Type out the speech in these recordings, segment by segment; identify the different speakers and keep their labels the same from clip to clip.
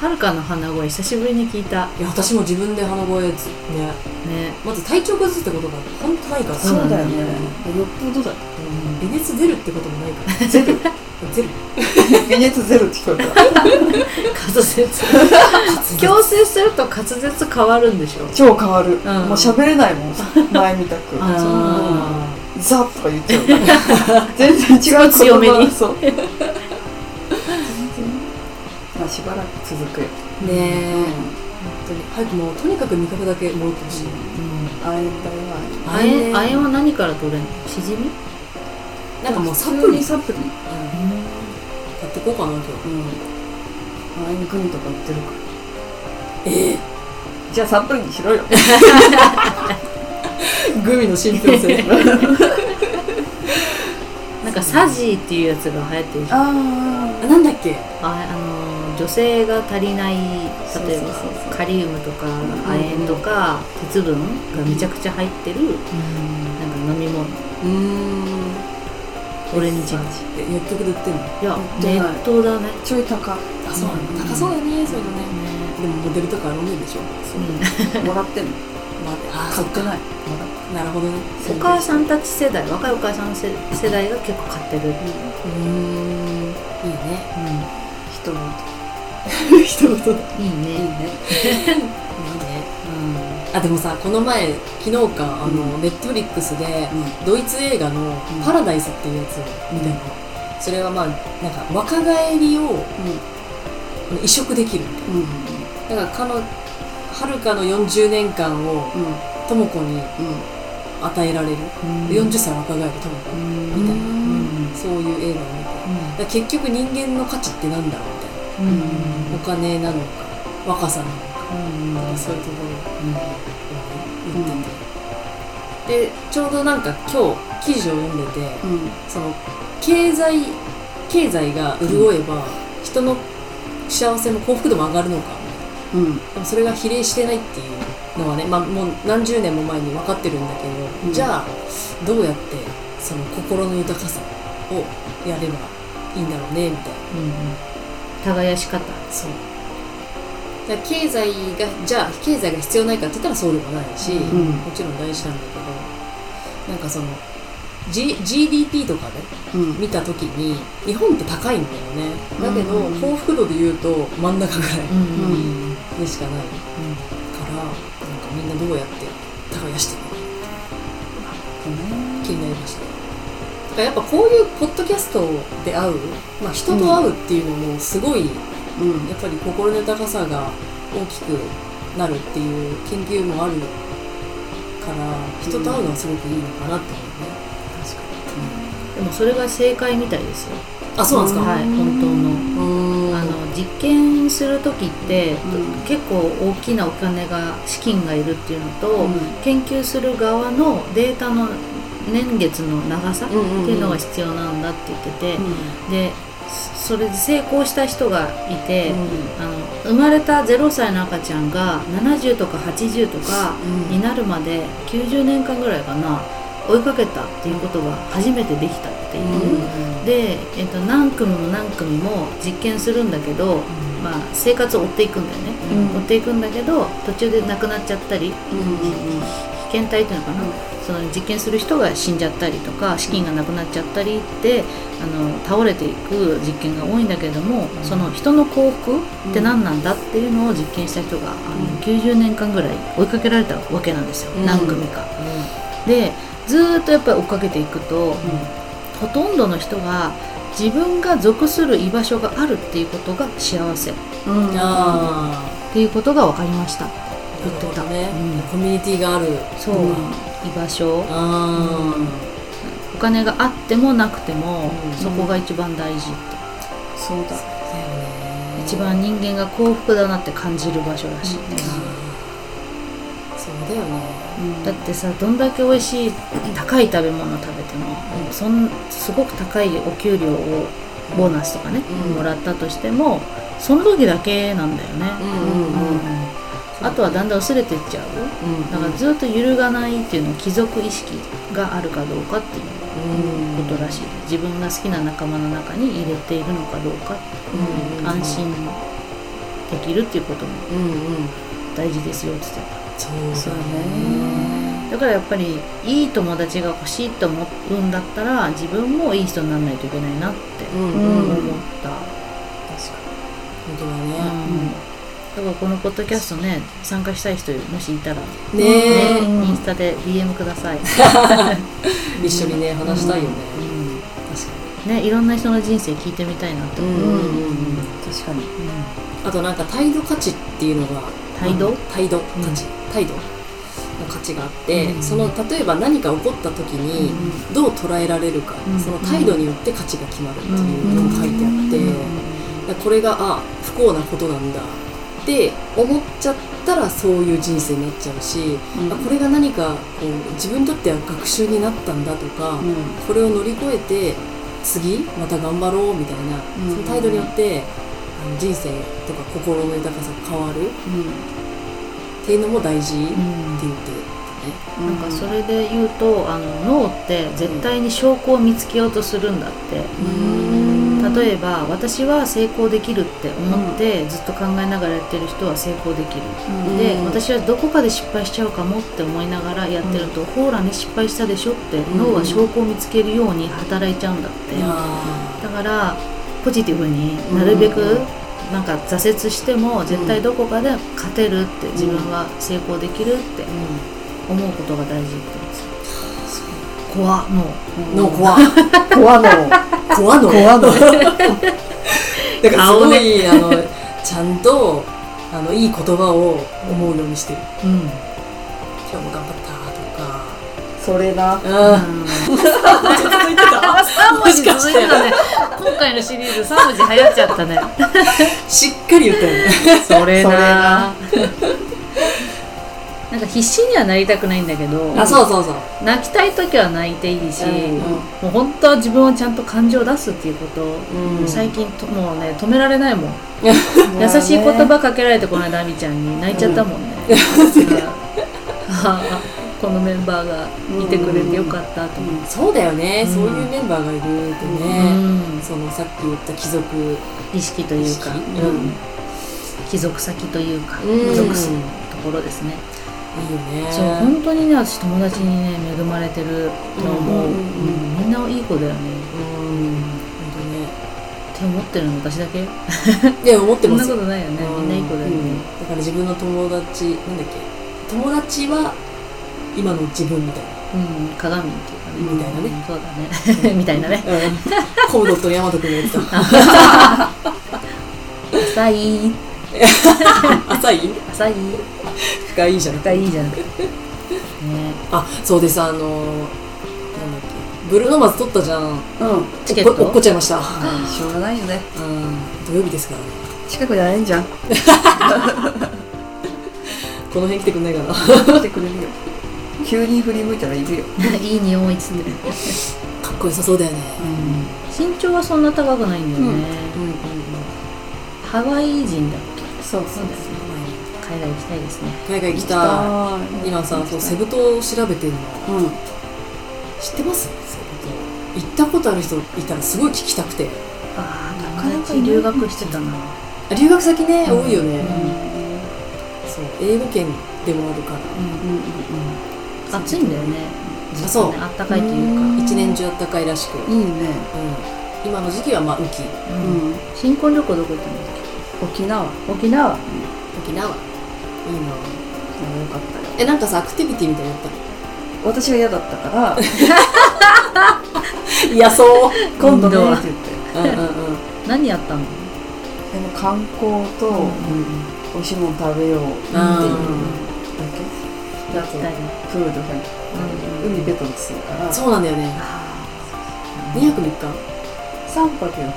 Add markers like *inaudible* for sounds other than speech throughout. Speaker 1: はるかの鼻声久しぶりに聞いた
Speaker 2: いや私も自分で鼻声つね
Speaker 1: ね
Speaker 2: まず体調崩すってことが本当ないから
Speaker 1: そうなんだよね
Speaker 3: よっぽどだ *laughs*
Speaker 2: 微熱出るってこともないから *laughs*
Speaker 3: ゼロ
Speaker 2: ゼロ
Speaker 3: 微熱ゼロって聞こえた
Speaker 1: 滑舌
Speaker 3: *laughs*
Speaker 1: 矯正すると滑舌変わるんでしょ
Speaker 3: 超変わる、
Speaker 1: ん
Speaker 3: もう喋れないもん前みたく
Speaker 1: あー
Speaker 3: ザッとか言っちゃうから全然違う言葉
Speaker 1: 強めに
Speaker 3: そう全然まあしばらく続くよ、
Speaker 2: ねえ本当に早くもうとにかく味覚だけ戻ってほしい
Speaker 3: あえんだよあ
Speaker 1: あえあえは何から取れるのしじみ
Speaker 2: な
Speaker 3: えん
Speaker 2: んかもうサプリ
Speaker 3: 普通にサプリ
Speaker 2: やっていこうかな今日
Speaker 3: うんあえんグミとか売ってるから
Speaker 2: え
Speaker 3: じゃあサプリにしろよ
Speaker 2: えグミの信憑性
Speaker 1: なんかサジーっていうやつが流行ってるじゃん
Speaker 3: あ
Speaker 2: *laughs* あなんだっけ
Speaker 1: ああの女性が足りない
Speaker 3: そう
Speaker 1: 例え
Speaker 3: そうそうそ
Speaker 1: ば
Speaker 3: う
Speaker 1: カリウムとか亜鉛とか鉄分がめちゃくちゃ入ってるなんか飲み物
Speaker 2: うーん
Speaker 1: オレンジ味
Speaker 2: え薬局で売ってんの
Speaker 1: いや
Speaker 3: 売って
Speaker 1: ネ
Speaker 3: ない
Speaker 1: ットだねね
Speaker 3: あちょい高い
Speaker 2: あそうなんだ高そうだねそういうのねでもモデルとか飲んでるでしょ
Speaker 3: もらってんの
Speaker 2: まああ
Speaker 3: 買ってない
Speaker 2: いなるほどね
Speaker 1: うんお母さんたち世代若いお母さん世世代が結構買ってる、うん
Speaker 2: うーんいいね
Speaker 3: 人の音
Speaker 2: 人ごといいね
Speaker 1: いい
Speaker 3: いい
Speaker 1: ね、
Speaker 3: ね
Speaker 2: あでもさこの前昨日かあのネットフリックスでドイツ映画の「パラダイス」っていうやつを見たの、それはまあなんか若返りを移植できる
Speaker 3: うんうん
Speaker 2: だから彼のはるかの40年間を
Speaker 3: うん
Speaker 2: とも子に与えられる、
Speaker 1: うん
Speaker 2: 40歳若返るとも子
Speaker 1: うん
Speaker 2: みたいな、
Speaker 1: ん
Speaker 2: そういう映画を見てだから結局人間の価値ってなんだろうみたいな
Speaker 1: うん
Speaker 2: お金なのか若さなのか
Speaker 1: うん
Speaker 2: なんかそういうところを言ってて、でちょうどなんか今日記事を読んでて、
Speaker 3: うんうん
Speaker 2: その経済経済が潤えば人の幸せも幸福度も上がるのか
Speaker 3: うん
Speaker 2: でもそれが比例してないっていうのはね、まあ、もう何十年も前に分かってるんだけど、
Speaker 3: うん
Speaker 2: じゃあどうやってその心の豊かさをやればいいんだろうねみたいな
Speaker 1: うん耕し方
Speaker 2: そうだから経済がじゃあ経済が必要ないかって言ったらそうでもないし、
Speaker 3: うん
Speaker 2: もちろん大事なんだけどなんかその、G、GDP とかね
Speaker 3: うん
Speaker 2: 見た時に日本って高いんだよねだけど、
Speaker 3: うん
Speaker 2: 幸福度で言うと真ん中ぐら
Speaker 1: う
Speaker 2: い
Speaker 1: ん
Speaker 3: ん
Speaker 2: でしかないから、なんかみんなどうやって耕してるのか気になりましただからやっぱこういうポッドキャストで会う、まあ、人と会うっていうのもすごいや
Speaker 3: うん
Speaker 2: っぱり心の豊かさが大きくなるっていう研究もあるから人と会うのはすごくいいのかなって思うね、
Speaker 1: でもそれが正解みたいですよ
Speaker 2: あそうなんですか、
Speaker 1: はい本当の
Speaker 2: うーん
Speaker 1: あの実験する時って、
Speaker 3: うん
Speaker 1: 結構大きなお金が資金がいるっていうのと、
Speaker 3: うん
Speaker 1: 研究する側のデータの年月の長さって
Speaker 2: うんうんうん
Speaker 1: いうのが必要なんだって言ってて、
Speaker 2: う
Speaker 1: でそれで成功した人がいて、
Speaker 2: ん
Speaker 1: あの生まれた0歳の赤ちゃんが70とか80とか
Speaker 2: うん
Speaker 1: になるまで90年間ぐらいかな追いかけたっていうことが初めてできたっていう。で、えっと、何組も何組も実験するんだけど、まあ、生活を追っていくんだよね、
Speaker 3: うん
Speaker 1: 追っていくんだけど途中で亡くなっちゃったり被験体っていうのかな、
Speaker 3: うん
Speaker 1: その実験する人が死んじゃったりとか資金がなくなっちゃったりってあの倒れていく実験が多いんだけども、その人の幸福って何なんだっていうのを実験した人が、あの90年間ぐらい追いかけられたわけなんですよ、
Speaker 2: うん
Speaker 1: 何組か。でずーっとやっぱり追っかけていくと、ほとんどの人が自分が属する居場所があるっていうことが幸せっ
Speaker 3: うん
Speaker 2: あ
Speaker 1: ていうことが分かりました
Speaker 2: あ言ってたね、
Speaker 1: うん
Speaker 2: コミュニティがある
Speaker 1: そう、
Speaker 2: うん
Speaker 1: 居場所
Speaker 2: あ
Speaker 1: お金があってもなくても、
Speaker 2: うん
Speaker 1: そこが一番大事って
Speaker 3: そうだ
Speaker 2: あ、だよね
Speaker 1: 一番人間が幸福だなって感じる場所らしい、
Speaker 2: あーそうだよね
Speaker 3: うん
Speaker 1: だってさどんだけ美味しい高い食べ物食べても、そんすごく高いお給料をボーナスとかね、
Speaker 2: うん
Speaker 1: もらったとしてもその時だけなんだよね、
Speaker 2: うんうんうん
Speaker 1: あとはだんだん薄れてっちゃう
Speaker 2: うん
Speaker 1: だからずっと揺るがないっていうのは貴族意識があるかどうかっていうことらしい自分が好きな仲間の中に入れているのかどうか
Speaker 2: うん
Speaker 1: 安心できるっていうことも
Speaker 2: うんうん
Speaker 1: 大事ですよって言ってた
Speaker 2: そう
Speaker 3: そう
Speaker 2: だ
Speaker 3: ね
Speaker 2: ね
Speaker 1: だからやっぱりいい友達が欲しいと思うんだったら自分もいい人にならないといけないなって
Speaker 2: うん
Speaker 1: 思
Speaker 2: うん
Speaker 3: ん
Speaker 1: った、
Speaker 3: 確か
Speaker 2: 本当だね
Speaker 1: うんだからこのポッドキャストね参加したい人もしいたら、ね
Speaker 2: ねえ
Speaker 3: うん
Speaker 1: インスタで DM ください、
Speaker 2: 一緒にね話したいよね
Speaker 1: うん
Speaker 2: 確か
Speaker 1: ね、いろんな人の人生聞いてみたいなと
Speaker 2: に
Speaker 1: 思う、
Speaker 3: うん
Speaker 2: うんうんうん
Speaker 3: に確かに
Speaker 2: あとなんか態度価値っていうのが
Speaker 1: 態度
Speaker 2: 態度価値、態度の価値があって、
Speaker 1: うん
Speaker 2: その例えば何か起こった時にどう捉えられるか、
Speaker 1: うん
Speaker 2: その態度によって価値が決まるっていうのも書いてあって、だからこれがあ不幸なことなんだって思っちゃったらそういう人生になっちゃうし、あこれが何かこう自分にとっては学習になったんだとか、これを乗り越えて次また頑張ろうみたいな、
Speaker 3: うん
Speaker 2: その態度によってあの人生とか心の豊かさが変わるっていうのも大事って言ってた
Speaker 1: なんかそれで言うとあの脳って絶対に証拠を見つけようとするんだって、
Speaker 3: うん
Speaker 1: 例えば私は成功できるって思ってずっと考えながらやってる人は成功できる、
Speaker 2: うん
Speaker 1: で私はどこかで失敗しちゃうかもって思いながらやってると、ほらね失敗したでしょって
Speaker 2: ん
Speaker 1: 脳は証拠を見つけるように働いちゃうんだって、
Speaker 2: ね。いや
Speaker 1: だからポジティブになるべくなんか挫折しても絶対どこかで勝てるって自分は成功できるって思うことが大事って言うんですよ怖も
Speaker 2: ーの怖
Speaker 3: 怖の
Speaker 2: 怖の
Speaker 3: 怖の
Speaker 2: *laughs* だからすごい、あのちゃんとあのいい言葉を思うようにしてる。
Speaker 1: う
Speaker 2: *laughs*
Speaker 1: うん
Speaker 2: 今日も頑張った
Speaker 3: それだ
Speaker 2: とか。あ
Speaker 1: 3
Speaker 2: あ、ちょっと続いてた。
Speaker 1: 文字続いてたね今回のシリーズ3文字流行っちゃったね
Speaker 2: *laughs* しっかり言ったよね。
Speaker 1: それ
Speaker 3: な
Speaker 1: ななんか必死にはなりたくないんだけど
Speaker 2: あ、そうそうそう。
Speaker 1: 泣きたい時は泣いていいし、
Speaker 2: うん
Speaker 1: もう本当は自分をちゃんと感情を出すっていうことを、
Speaker 2: うん
Speaker 1: 最近ともうね止められないもん優
Speaker 3: 優
Speaker 1: しい言葉かけられてこの間亜美ちゃんに泣いちゃったもんね、あーこのメンバーがいてくれてよかったと思って、
Speaker 2: そうだよね、
Speaker 1: うん
Speaker 2: そういうメンバーがいるとね、そのさっき言った貴族
Speaker 1: うん意識というか、
Speaker 2: 意識うん
Speaker 1: 貴族先というか、
Speaker 2: うん
Speaker 1: 属するところですね、
Speaker 2: いいよね
Speaker 1: そう本当にね私友達にね恵まれてると思う、
Speaker 2: うんうん
Speaker 1: うんみんないい子だよね
Speaker 2: うん本
Speaker 1: って思ってるの私だけ
Speaker 2: 当ねいや思って
Speaker 1: そん
Speaker 2: ま
Speaker 1: な
Speaker 2: す
Speaker 1: こ
Speaker 2: よ
Speaker 1: とないよねみんないい子だよね、
Speaker 2: うんだから自分の友達なんだっけ友達は今の自分みたい
Speaker 1: うん、鏡ってい
Speaker 2: み
Speaker 1: うかね。
Speaker 2: たいなね
Speaker 1: そうだね。み *laughs* たいなね。
Speaker 2: な、コードとヤマト君のやつだ
Speaker 1: 浅い、 *laughs*
Speaker 2: 浅い
Speaker 1: 浅い、
Speaker 2: 深いじゃなく
Speaker 1: 深
Speaker 2: て
Speaker 1: いじゃん。ね。
Speaker 2: あそうですあのーなんだっけブルーノマズ取ったじゃん
Speaker 3: うん
Speaker 1: チケッ
Speaker 2: 落っこ落っこ
Speaker 1: ト
Speaker 2: っちゃいましたうん
Speaker 3: しょうがないよね
Speaker 2: 土曜日ですからね
Speaker 3: 近くじゃないんじゃん
Speaker 2: この辺来てくんない
Speaker 1: *laughs*
Speaker 2: かな
Speaker 3: 来てくれるよ急に振り向いたらいるよ
Speaker 1: いい匂いっつって。
Speaker 2: かっこよさそうだよね
Speaker 1: 身長はそんな高くないんだよね。
Speaker 2: うんうん
Speaker 1: ハワイ人だっ
Speaker 3: そうそう
Speaker 1: ですけ海外行きたいですね。
Speaker 2: 海外来た
Speaker 3: あ
Speaker 2: 今さそうセブ島を調べてるの
Speaker 3: うん
Speaker 2: 知ってますセブ島行ったことある人いたらすごい聞きたくて
Speaker 1: あ
Speaker 3: ー
Speaker 1: あ、友達留学してたな。
Speaker 2: あ留学先ね多いよね、
Speaker 1: うん
Speaker 2: そう英語圏でもあるから
Speaker 3: うん
Speaker 1: 暑いんだよね。ずっとね
Speaker 2: そう
Speaker 1: あったかいというか。
Speaker 2: 一年中あったかいらしく、うん
Speaker 3: うんうんいいね
Speaker 2: 今の時期はまあ雨季
Speaker 1: うん新婚旅行どこ行ったんだっ
Speaker 3: 沖縄よ
Speaker 1: け沖縄。
Speaker 2: 沖縄いいな
Speaker 3: かったよ
Speaker 2: えなんかさアクティビティみたいなのやっ
Speaker 3: 私が嫌だった *laughs* から
Speaker 2: たのいやそう
Speaker 3: 今度
Speaker 1: 今度
Speaker 3: ね
Speaker 1: は
Speaker 3: って言っ
Speaker 2: う
Speaker 3: て
Speaker 2: んうんうん
Speaker 1: 何やったの
Speaker 3: でも観光と美味しいもの食べようっていうだけであと
Speaker 1: 二人
Speaker 3: プール入って海ベトンするから3
Speaker 2: そうなんだよ
Speaker 1: *laughs*
Speaker 2: ね2泊3日
Speaker 3: 泊4日か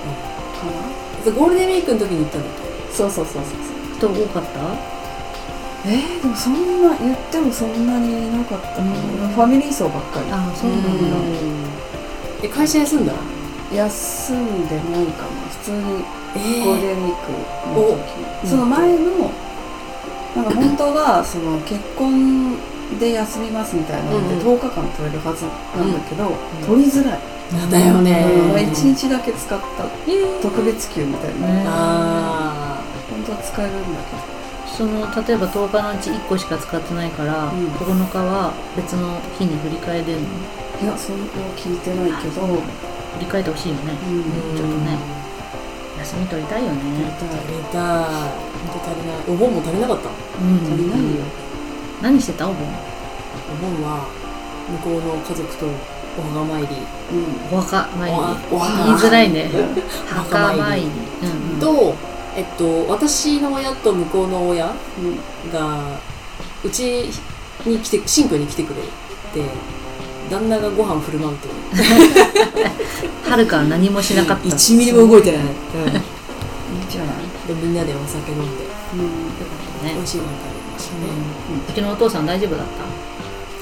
Speaker 3: な
Speaker 2: そうゴールデンウィークの時に行ったの
Speaker 3: そうそうそうそうそう
Speaker 1: 人多かった
Speaker 3: えー、でもそんな言ってもそんなにいなかったかな
Speaker 1: うん
Speaker 3: ファミリー層ばっか
Speaker 1: ああ、そううなんだ。
Speaker 2: んえ会社休んだ
Speaker 3: り休んでないかも普通に
Speaker 2: え
Speaker 3: ゴールデンウィークの時その前のなんか本当はその結婚で休みますみたいなので
Speaker 2: うん
Speaker 3: 10日間取れるはずなんだけど、取りづらい、
Speaker 2: ー、だよね
Speaker 3: う
Speaker 2: ー
Speaker 3: 1日だけ使った特別給みたいな、
Speaker 1: ね
Speaker 2: あ
Speaker 3: こ本当は使えるんだけ
Speaker 1: その例えば10日のうち1個しか使ってないから、
Speaker 3: うん
Speaker 1: 9日は別の日に振り替えれるの
Speaker 3: どいやその子は聞いてないけど、
Speaker 1: 振り替えてほしいよね、
Speaker 3: うん
Speaker 1: ちょっとね休み取りたいよ
Speaker 3: やり
Speaker 1: ね、
Speaker 3: たい
Speaker 2: 足りた本当足りないお盆も足りなかった
Speaker 1: うん、
Speaker 3: 足りないよ
Speaker 1: 何してたお盆
Speaker 2: お盆は向こうの家族とお墓参り
Speaker 3: うん
Speaker 1: お墓参り
Speaker 2: おはお墓
Speaker 1: 言いづらいね
Speaker 2: お
Speaker 1: 墓参り、うんうん、
Speaker 2: と、えっと、私の親と向こうの親
Speaker 3: うん
Speaker 2: がうちに来て新居に来てくれて旦那がご飯振る舞うという
Speaker 1: はるかは何もしなかった
Speaker 2: 1ミリも動いてない、で
Speaker 3: いいじゃない
Speaker 2: みんなでお酒飲んで
Speaker 3: うん
Speaker 2: 美
Speaker 1: ね
Speaker 2: 味しいご飯食べましたね、
Speaker 1: うちのお父さん大丈夫だっ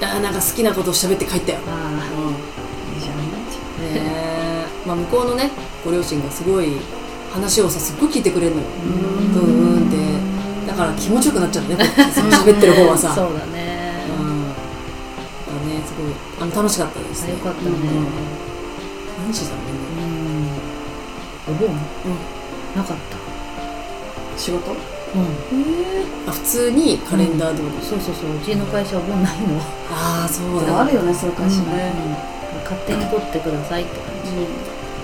Speaker 1: た
Speaker 2: あーなんか好きなこと喋って帰ったよ、
Speaker 1: あ
Speaker 2: うん
Speaker 3: いいじゃない
Speaker 2: ねえ、まあ、向こうのねご両親がすごい話をさすっごい聞いてくれるのよ
Speaker 1: ん
Speaker 2: うんうんってだから気持ちよくなっちゃうねこっちその喋ってる方はさ、
Speaker 1: そうだね
Speaker 2: うんだからねすごいあの楽しかったです
Speaker 1: あ
Speaker 2: ね
Speaker 1: よかったね
Speaker 2: うん何してたのみんな
Speaker 1: うんお盆
Speaker 2: うん
Speaker 1: なかっ
Speaker 3: 仕事
Speaker 1: たうん
Speaker 2: あ普通にカレンダーでも、
Speaker 1: そうそうそううちの会社お盆ないの
Speaker 2: ああそうだ
Speaker 3: あるよねそういう会社ね、
Speaker 1: 勝手に取ってくださいって感じ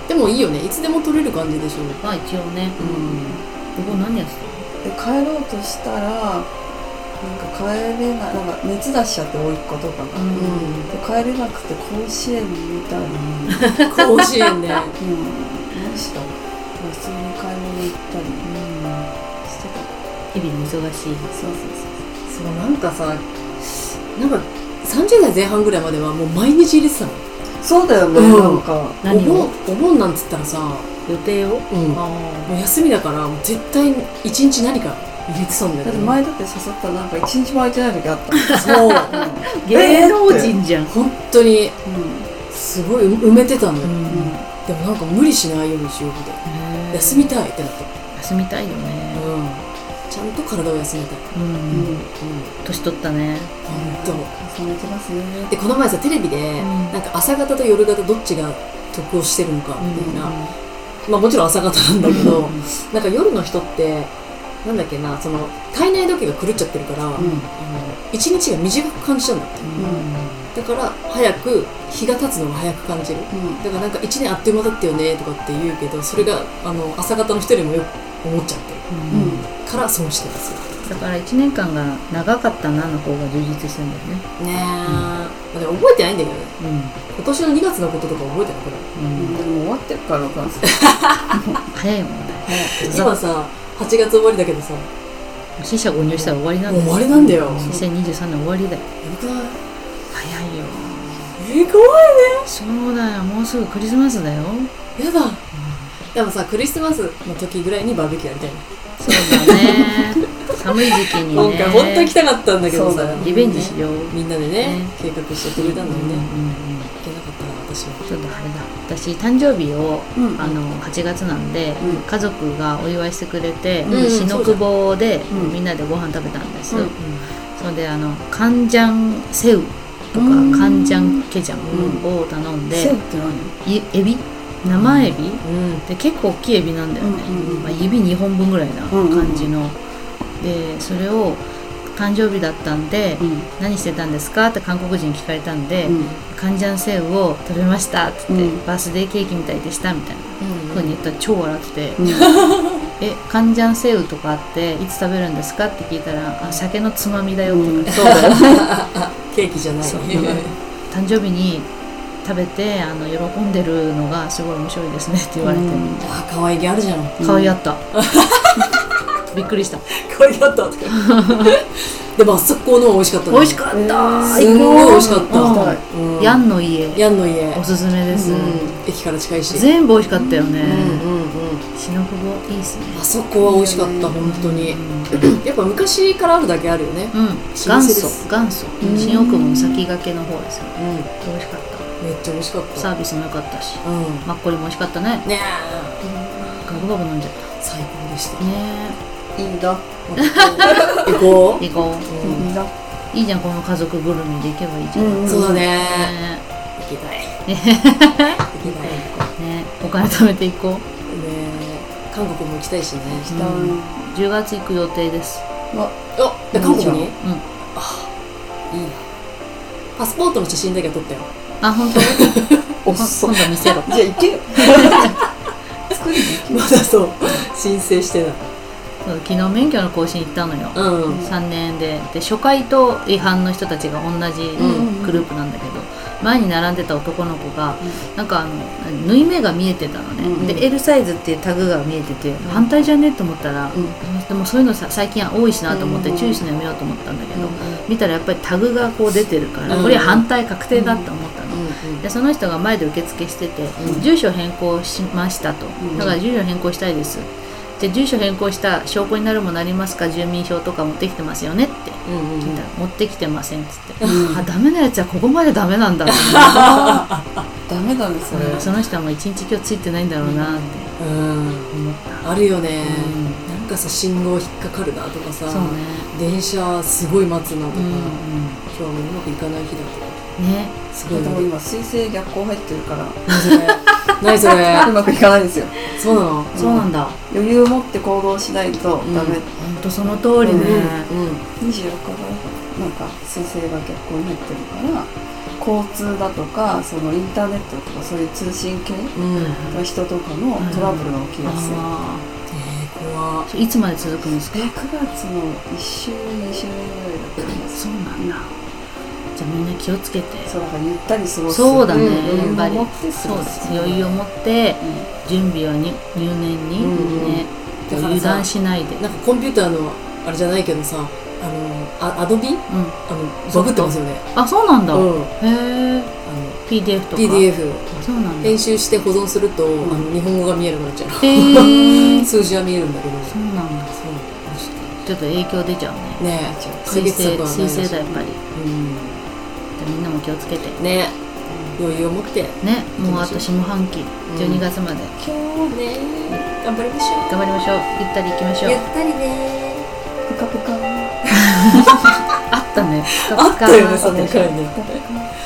Speaker 2: でもいいよねいつでも取れる感じでしょ
Speaker 1: まあ一応ね
Speaker 2: うん
Speaker 1: お盆何やってたの
Speaker 3: で帰ろうとしたらなんか帰れないなんか熱出しちゃって甥っ子とかが、
Speaker 1: うん
Speaker 3: で帰れなくて甲子園にいたり、うん、
Speaker 2: 甲子園
Speaker 1: *laughs*
Speaker 2: で
Speaker 3: 何した普通に買い物行ったりしてた
Speaker 1: 日々の忙しい
Speaker 3: そうそう
Speaker 2: そうなんかさなんか30代前半ぐらいまではもう毎日入れてたの
Speaker 3: そうそうだよね、
Speaker 2: うん
Speaker 3: なんか
Speaker 2: お
Speaker 1: 何を
Speaker 2: 盆お盆なんつったらさ、
Speaker 1: 予定を
Speaker 2: うんもう
Speaker 1: あ
Speaker 2: 休みだからもう絶対一日何か入れてたんだよ、ね、
Speaker 3: だって前だって誘ったらなんか一日も空いてない時あったもん
Speaker 2: そう
Speaker 1: あ芸能人じゃん
Speaker 2: 本当に
Speaker 3: うん
Speaker 2: すごい埋めてたのよ、
Speaker 3: うん
Speaker 2: でもなんか無理しないようにしようみたいな休みたいってなって
Speaker 1: 休みたいよね
Speaker 2: うんちゃんと体を休めたい、
Speaker 1: う
Speaker 3: うんん
Speaker 2: うん、
Speaker 1: 年取ったね
Speaker 2: 本当
Speaker 3: 重ねてますね
Speaker 2: でこの前さテレビで、
Speaker 1: ん
Speaker 2: なんか朝方と夜方どっちが得をしてるのかみたいな、まあもちろん朝方なんだけど、なんか夜の人ってなんだっけなその体内時計が狂っちゃってるから、あの一日が短く感じちゃうんだってだから早く日が経つのが早く感じる
Speaker 3: うん
Speaker 2: だからなんか一年あっという間だったよねとかって言うけどそれがあの朝方の人よりもよく思っちゃって
Speaker 1: うん
Speaker 3: うん
Speaker 2: るから損してますよ
Speaker 1: だから1年間が長かったなの方が充実してんだよね
Speaker 2: ねえ、まあでも覚えてないんだけどね
Speaker 1: う
Speaker 2: 今年の2月のこととか覚えてなくない
Speaker 1: ん、
Speaker 3: でも終わってるからお母さん
Speaker 1: 早いもんね
Speaker 2: 今さ8月終わりだけどさも
Speaker 1: 死者誤入したら終わりなん
Speaker 2: う
Speaker 1: だ
Speaker 2: 終
Speaker 1: よ
Speaker 2: わりなんだよや
Speaker 1: 2023年終わりだよ
Speaker 2: ばくない
Speaker 1: 早いよ
Speaker 2: えー、怖い
Speaker 1: そうだよもうすぐクリスマス
Speaker 2: *laughs*
Speaker 1: だよ
Speaker 2: やだでもさクリスマスの時ぐらいにバーベキューやりたいね
Speaker 1: そうだね寒い時期に
Speaker 2: 今
Speaker 1: ね
Speaker 2: 回本当に来たかったんだけど
Speaker 3: そう
Speaker 2: さ
Speaker 3: だね
Speaker 1: リベンジしよう、
Speaker 2: みんなでね
Speaker 1: ね
Speaker 2: 計画してくれたの
Speaker 1: うん
Speaker 2: に
Speaker 1: う
Speaker 2: ね
Speaker 1: ん
Speaker 2: 行
Speaker 1: うん
Speaker 2: けなかったな私は
Speaker 1: ちょっとあれだ私誕生日を
Speaker 3: うん
Speaker 1: あの8月なんで、
Speaker 3: うん
Speaker 1: 家族がお祝いしてくれて、
Speaker 2: うん
Speaker 1: 篠久保で、
Speaker 3: うん
Speaker 1: みんなでご飯食べたんです、
Speaker 2: うん
Speaker 1: それであのカンジャンセウとか
Speaker 3: うん
Speaker 1: カンジャンケジャンを頼んで
Speaker 3: セ、ンって何
Speaker 1: いエビ生エビ、
Speaker 2: うん
Speaker 1: で結構大きいエビなんだよね、
Speaker 3: うんうんうん
Speaker 1: まあ、指2本分ぐらいな
Speaker 3: うんうんうん
Speaker 1: 感じの、でそれを誕生日だったんで、
Speaker 3: うん
Speaker 1: 何してたんですかって韓国人に聞かれたんで、
Speaker 3: うん
Speaker 1: カンジャンセウを食べましたって言って、
Speaker 3: うん
Speaker 1: バースデーケーキみたいでしたみたいなふうに言ったら超笑ってて、
Speaker 3: うん
Speaker 1: えカンジャンセウとかっていつ食べるんですかって聞いたらあ酒のつまみだよって言われて、
Speaker 3: そうだよ
Speaker 2: ケーキじゃない
Speaker 1: そう誕生日に食べてあの喜んでるのがすごい面白いですねって言われて、
Speaker 3: うん
Speaker 2: *laughs* あ可愛げあるじゃん
Speaker 1: 可愛かった、びっくりした
Speaker 2: 可愛げあったとか *laughs* でもあそこのは美味しかった
Speaker 1: 美味しかった
Speaker 2: すんごい美味しかっ
Speaker 1: 行こ
Speaker 2: たうん
Speaker 1: ヤンの家
Speaker 2: ヤンの家
Speaker 1: おすすめです、
Speaker 2: うん駅から近いし
Speaker 1: 全部美味しかったよね
Speaker 2: うんうんうん
Speaker 1: 篠久保いいっすね
Speaker 2: あそこは美味しかった本当にやっぱ昔からあるだけあるよね
Speaker 1: うん
Speaker 2: です
Speaker 1: 元祖元祖
Speaker 3: うん
Speaker 1: 新大久保の先駆けの方ですよ
Speaker 2: うん
Speaker 1: 美味しかっ
Speaker 2: めっちゃ美味しかった
Speaker 1: サ
Speaker 2: た
Speaker 1: ービスも良かったし
Speaker 2: うん
Speaker 1: マッコリも美味しかったね
Speaker 2: ね
Speaker 1: ガブガブ飲んじゃっ
Speaker 2: え最高で *laughs* した
Speaker 1: たね
Speaker 3: いいんだ
Speaker 2: 行こう
Speaker 1: 行こ
Speaker 3: いいんだ
Speaker 1: ういいじゃんこの家族ぐるみで行けばいいじゃん、
Speaker 3: うん
Speaker 2: そうだね
Speaker 1: ね
Speaker 2: 行き *laughs* たい行きたいね
Speaker 1: ねお金貯めていこう
Speaker 2: え韓国も行きたいしね
Speaker 3: 行きたい、
Speaker 1: う10月行く予定です
Speaker 3: わ
Speaker 2: あえ韓国に
Speaker 3: いい
Speaker 1: うん
Speaker 2: いいなパスポートの写真だけは撮ったよ
Speaker 1: あ本当
Speaker 3: おっそ
Speaker 1: 今度見せろ
Speaker 3: じゃあ行
Speaker 2: *laughs*
Speaker 3: けよ作りに行け
Speaker 2: ま
Speaker 3: よ
Speaker 2: だそう申請してない
Speaker 1: そう昨日免許の更新行ったのよ、
Speaker 2: うん
Speaker 1: 3年でで初回と違反の人たちが同じ
Speaker 2: うん
Speaker 1: グループなんだけど、前に並んでた男の子が、なんかあの縫い目が見えてたのね、
Speaker 3: うん
Speaker 1: で L サイズっていうタグが見えてて、反対じゃねえと思ったら、でもそういうのさ最近は多いしなと思って
Speaker 3: うん
Speaker 1: 注意するのやめようと思ったんだけど、
Speaker 3: うん
Speaker 1: 見たらやっぱりタグがこう出てるから、
Speaker 2: うん
Speaker 1: これ反対確定だと思ったの。
Speaker 2: うん
Speaker 1: でその人が前で受付してて、
Speaker 2: うん
Speaker 1: 住所変更しましたと、
Speaker 3: ん
Speaker 1: だから住所変更したいですで住所変更した証拠になるものありますか住民票とか持ってきてますよねって
Speaker 2: うんうん
Speaker 1: 聞いたら、持ってきてませんっつって、
Speaker 3: うん
Speaker 1: あダメなやつはここまでダメなんだって
Speaker 3: あーダメだねそれ
Speaker 1: *laughs* その人はもう一日今日ついてないんだろうなって
Speaker 2: うんうん
Speaker 1: 思った、
Speaker 2: あるよね、
Speaker 1: う
Speaker 2: なんかさ信号引っかかるなとかさ、
Speaker 1: そうね
Speaker 2: 電車すごい待つなとか、
Speaker 1: うん、
Speaker 2: 今日はもううまくいかない日だと
Speaker 1: ね
Speaker 2: かすごい
Speaker 3: でも
Speaker 2: ね
Speaker 3: 今水星逆行入ってるから
Speaker 2: 何それ何それ
Speaker 3: うまくいかないんですよ
Speaker 2: そうなの
Speaker 1: そうなんだ
Speaker 3: 余裕を持って行動しないとダメ、
Speaker 2: う
Speaker 1: ほんとその通りね、
Speaker 2: うん
Speaker 3: 24日がなんか水星が結構入ってるから交通だとかそのインターネットとかそういう通信系
Speaker 2: うん、え
Speaker 3: 人とかのトラブルが起きやすい、
Speaker 1: あ
Speaker 2: ー、怖
Speaker 1: ーいつまで続くんですか
Speaker 3: え9月の1週2週目ぐらいだったんです
Speaker 1: そうなんだじゃあみんな気をつけて
Speaker 3: そうだからゆったり過ごす
Speaker 1: そうだね、
Speaker 2: うん
Speaker 1: やっぱり
Speaker 3: 余裕を持って過
Speaker 1: そ
Speaker 3: ご
Speaker 1: うですす余裕を持って準備はに入念に、
Speaker 2: うん
Speaker 1: ね
Speaker 2: だからさ
Speaker 1: 油断しないで、
Speaker 2: いなんかコンピューターのあれじゃないけどさあのあアドビ
Speaker 1: うん、
Speaker 2: あのバグってますよね
Speaker 1: あそうなんだ、
Speaker 2: うん
Speaker 1: へえ
Speaker 2: あの
Speaker 1: PDF とか
Speaker 2: PDF
Speaker 1: そうなんだへ
Speaker 2: 編集して保存すると、
Speaker 3: ん
Speaker 2: あの日本語が見えなくなっちゃ
Speaker 1: *laughs*
Speaker 2: う
Speaker 1: え
Speaker 2: 数字は見えるんだけど
Speaker 1: そうなんだ
Speaker 2: そう
Speaker 1: ちょっと影響出ちゃうね
Speaker 2: ねえ
Speaker 1: 水
Speaker 2: 解決
Speaker 1: 星
Speaker 2: 策はない
Speaker 1: 水
Speaker 2: らしい
Speaker 1: 星だやっぱりじ
Speaker 2: うん
Speaker 1: ゃあみんなも気をつけて
Speaker 2: ねえ余裕を持ってね
Speaker 1: ねもうあと下半期12月まで
Speaker 2: 今日ね頑張りましょ
Speaker 1: 頑張りましょうゆったり行きましょう
Speaker 2: ったりね
Speaker 3: ぷかぷか
Speaker 1: あったね
Speaker 2: あったよねそ
Speaker 1: あ
Speaker 2: の
Speaker 1: たでしょ
Speaker 2: 回ね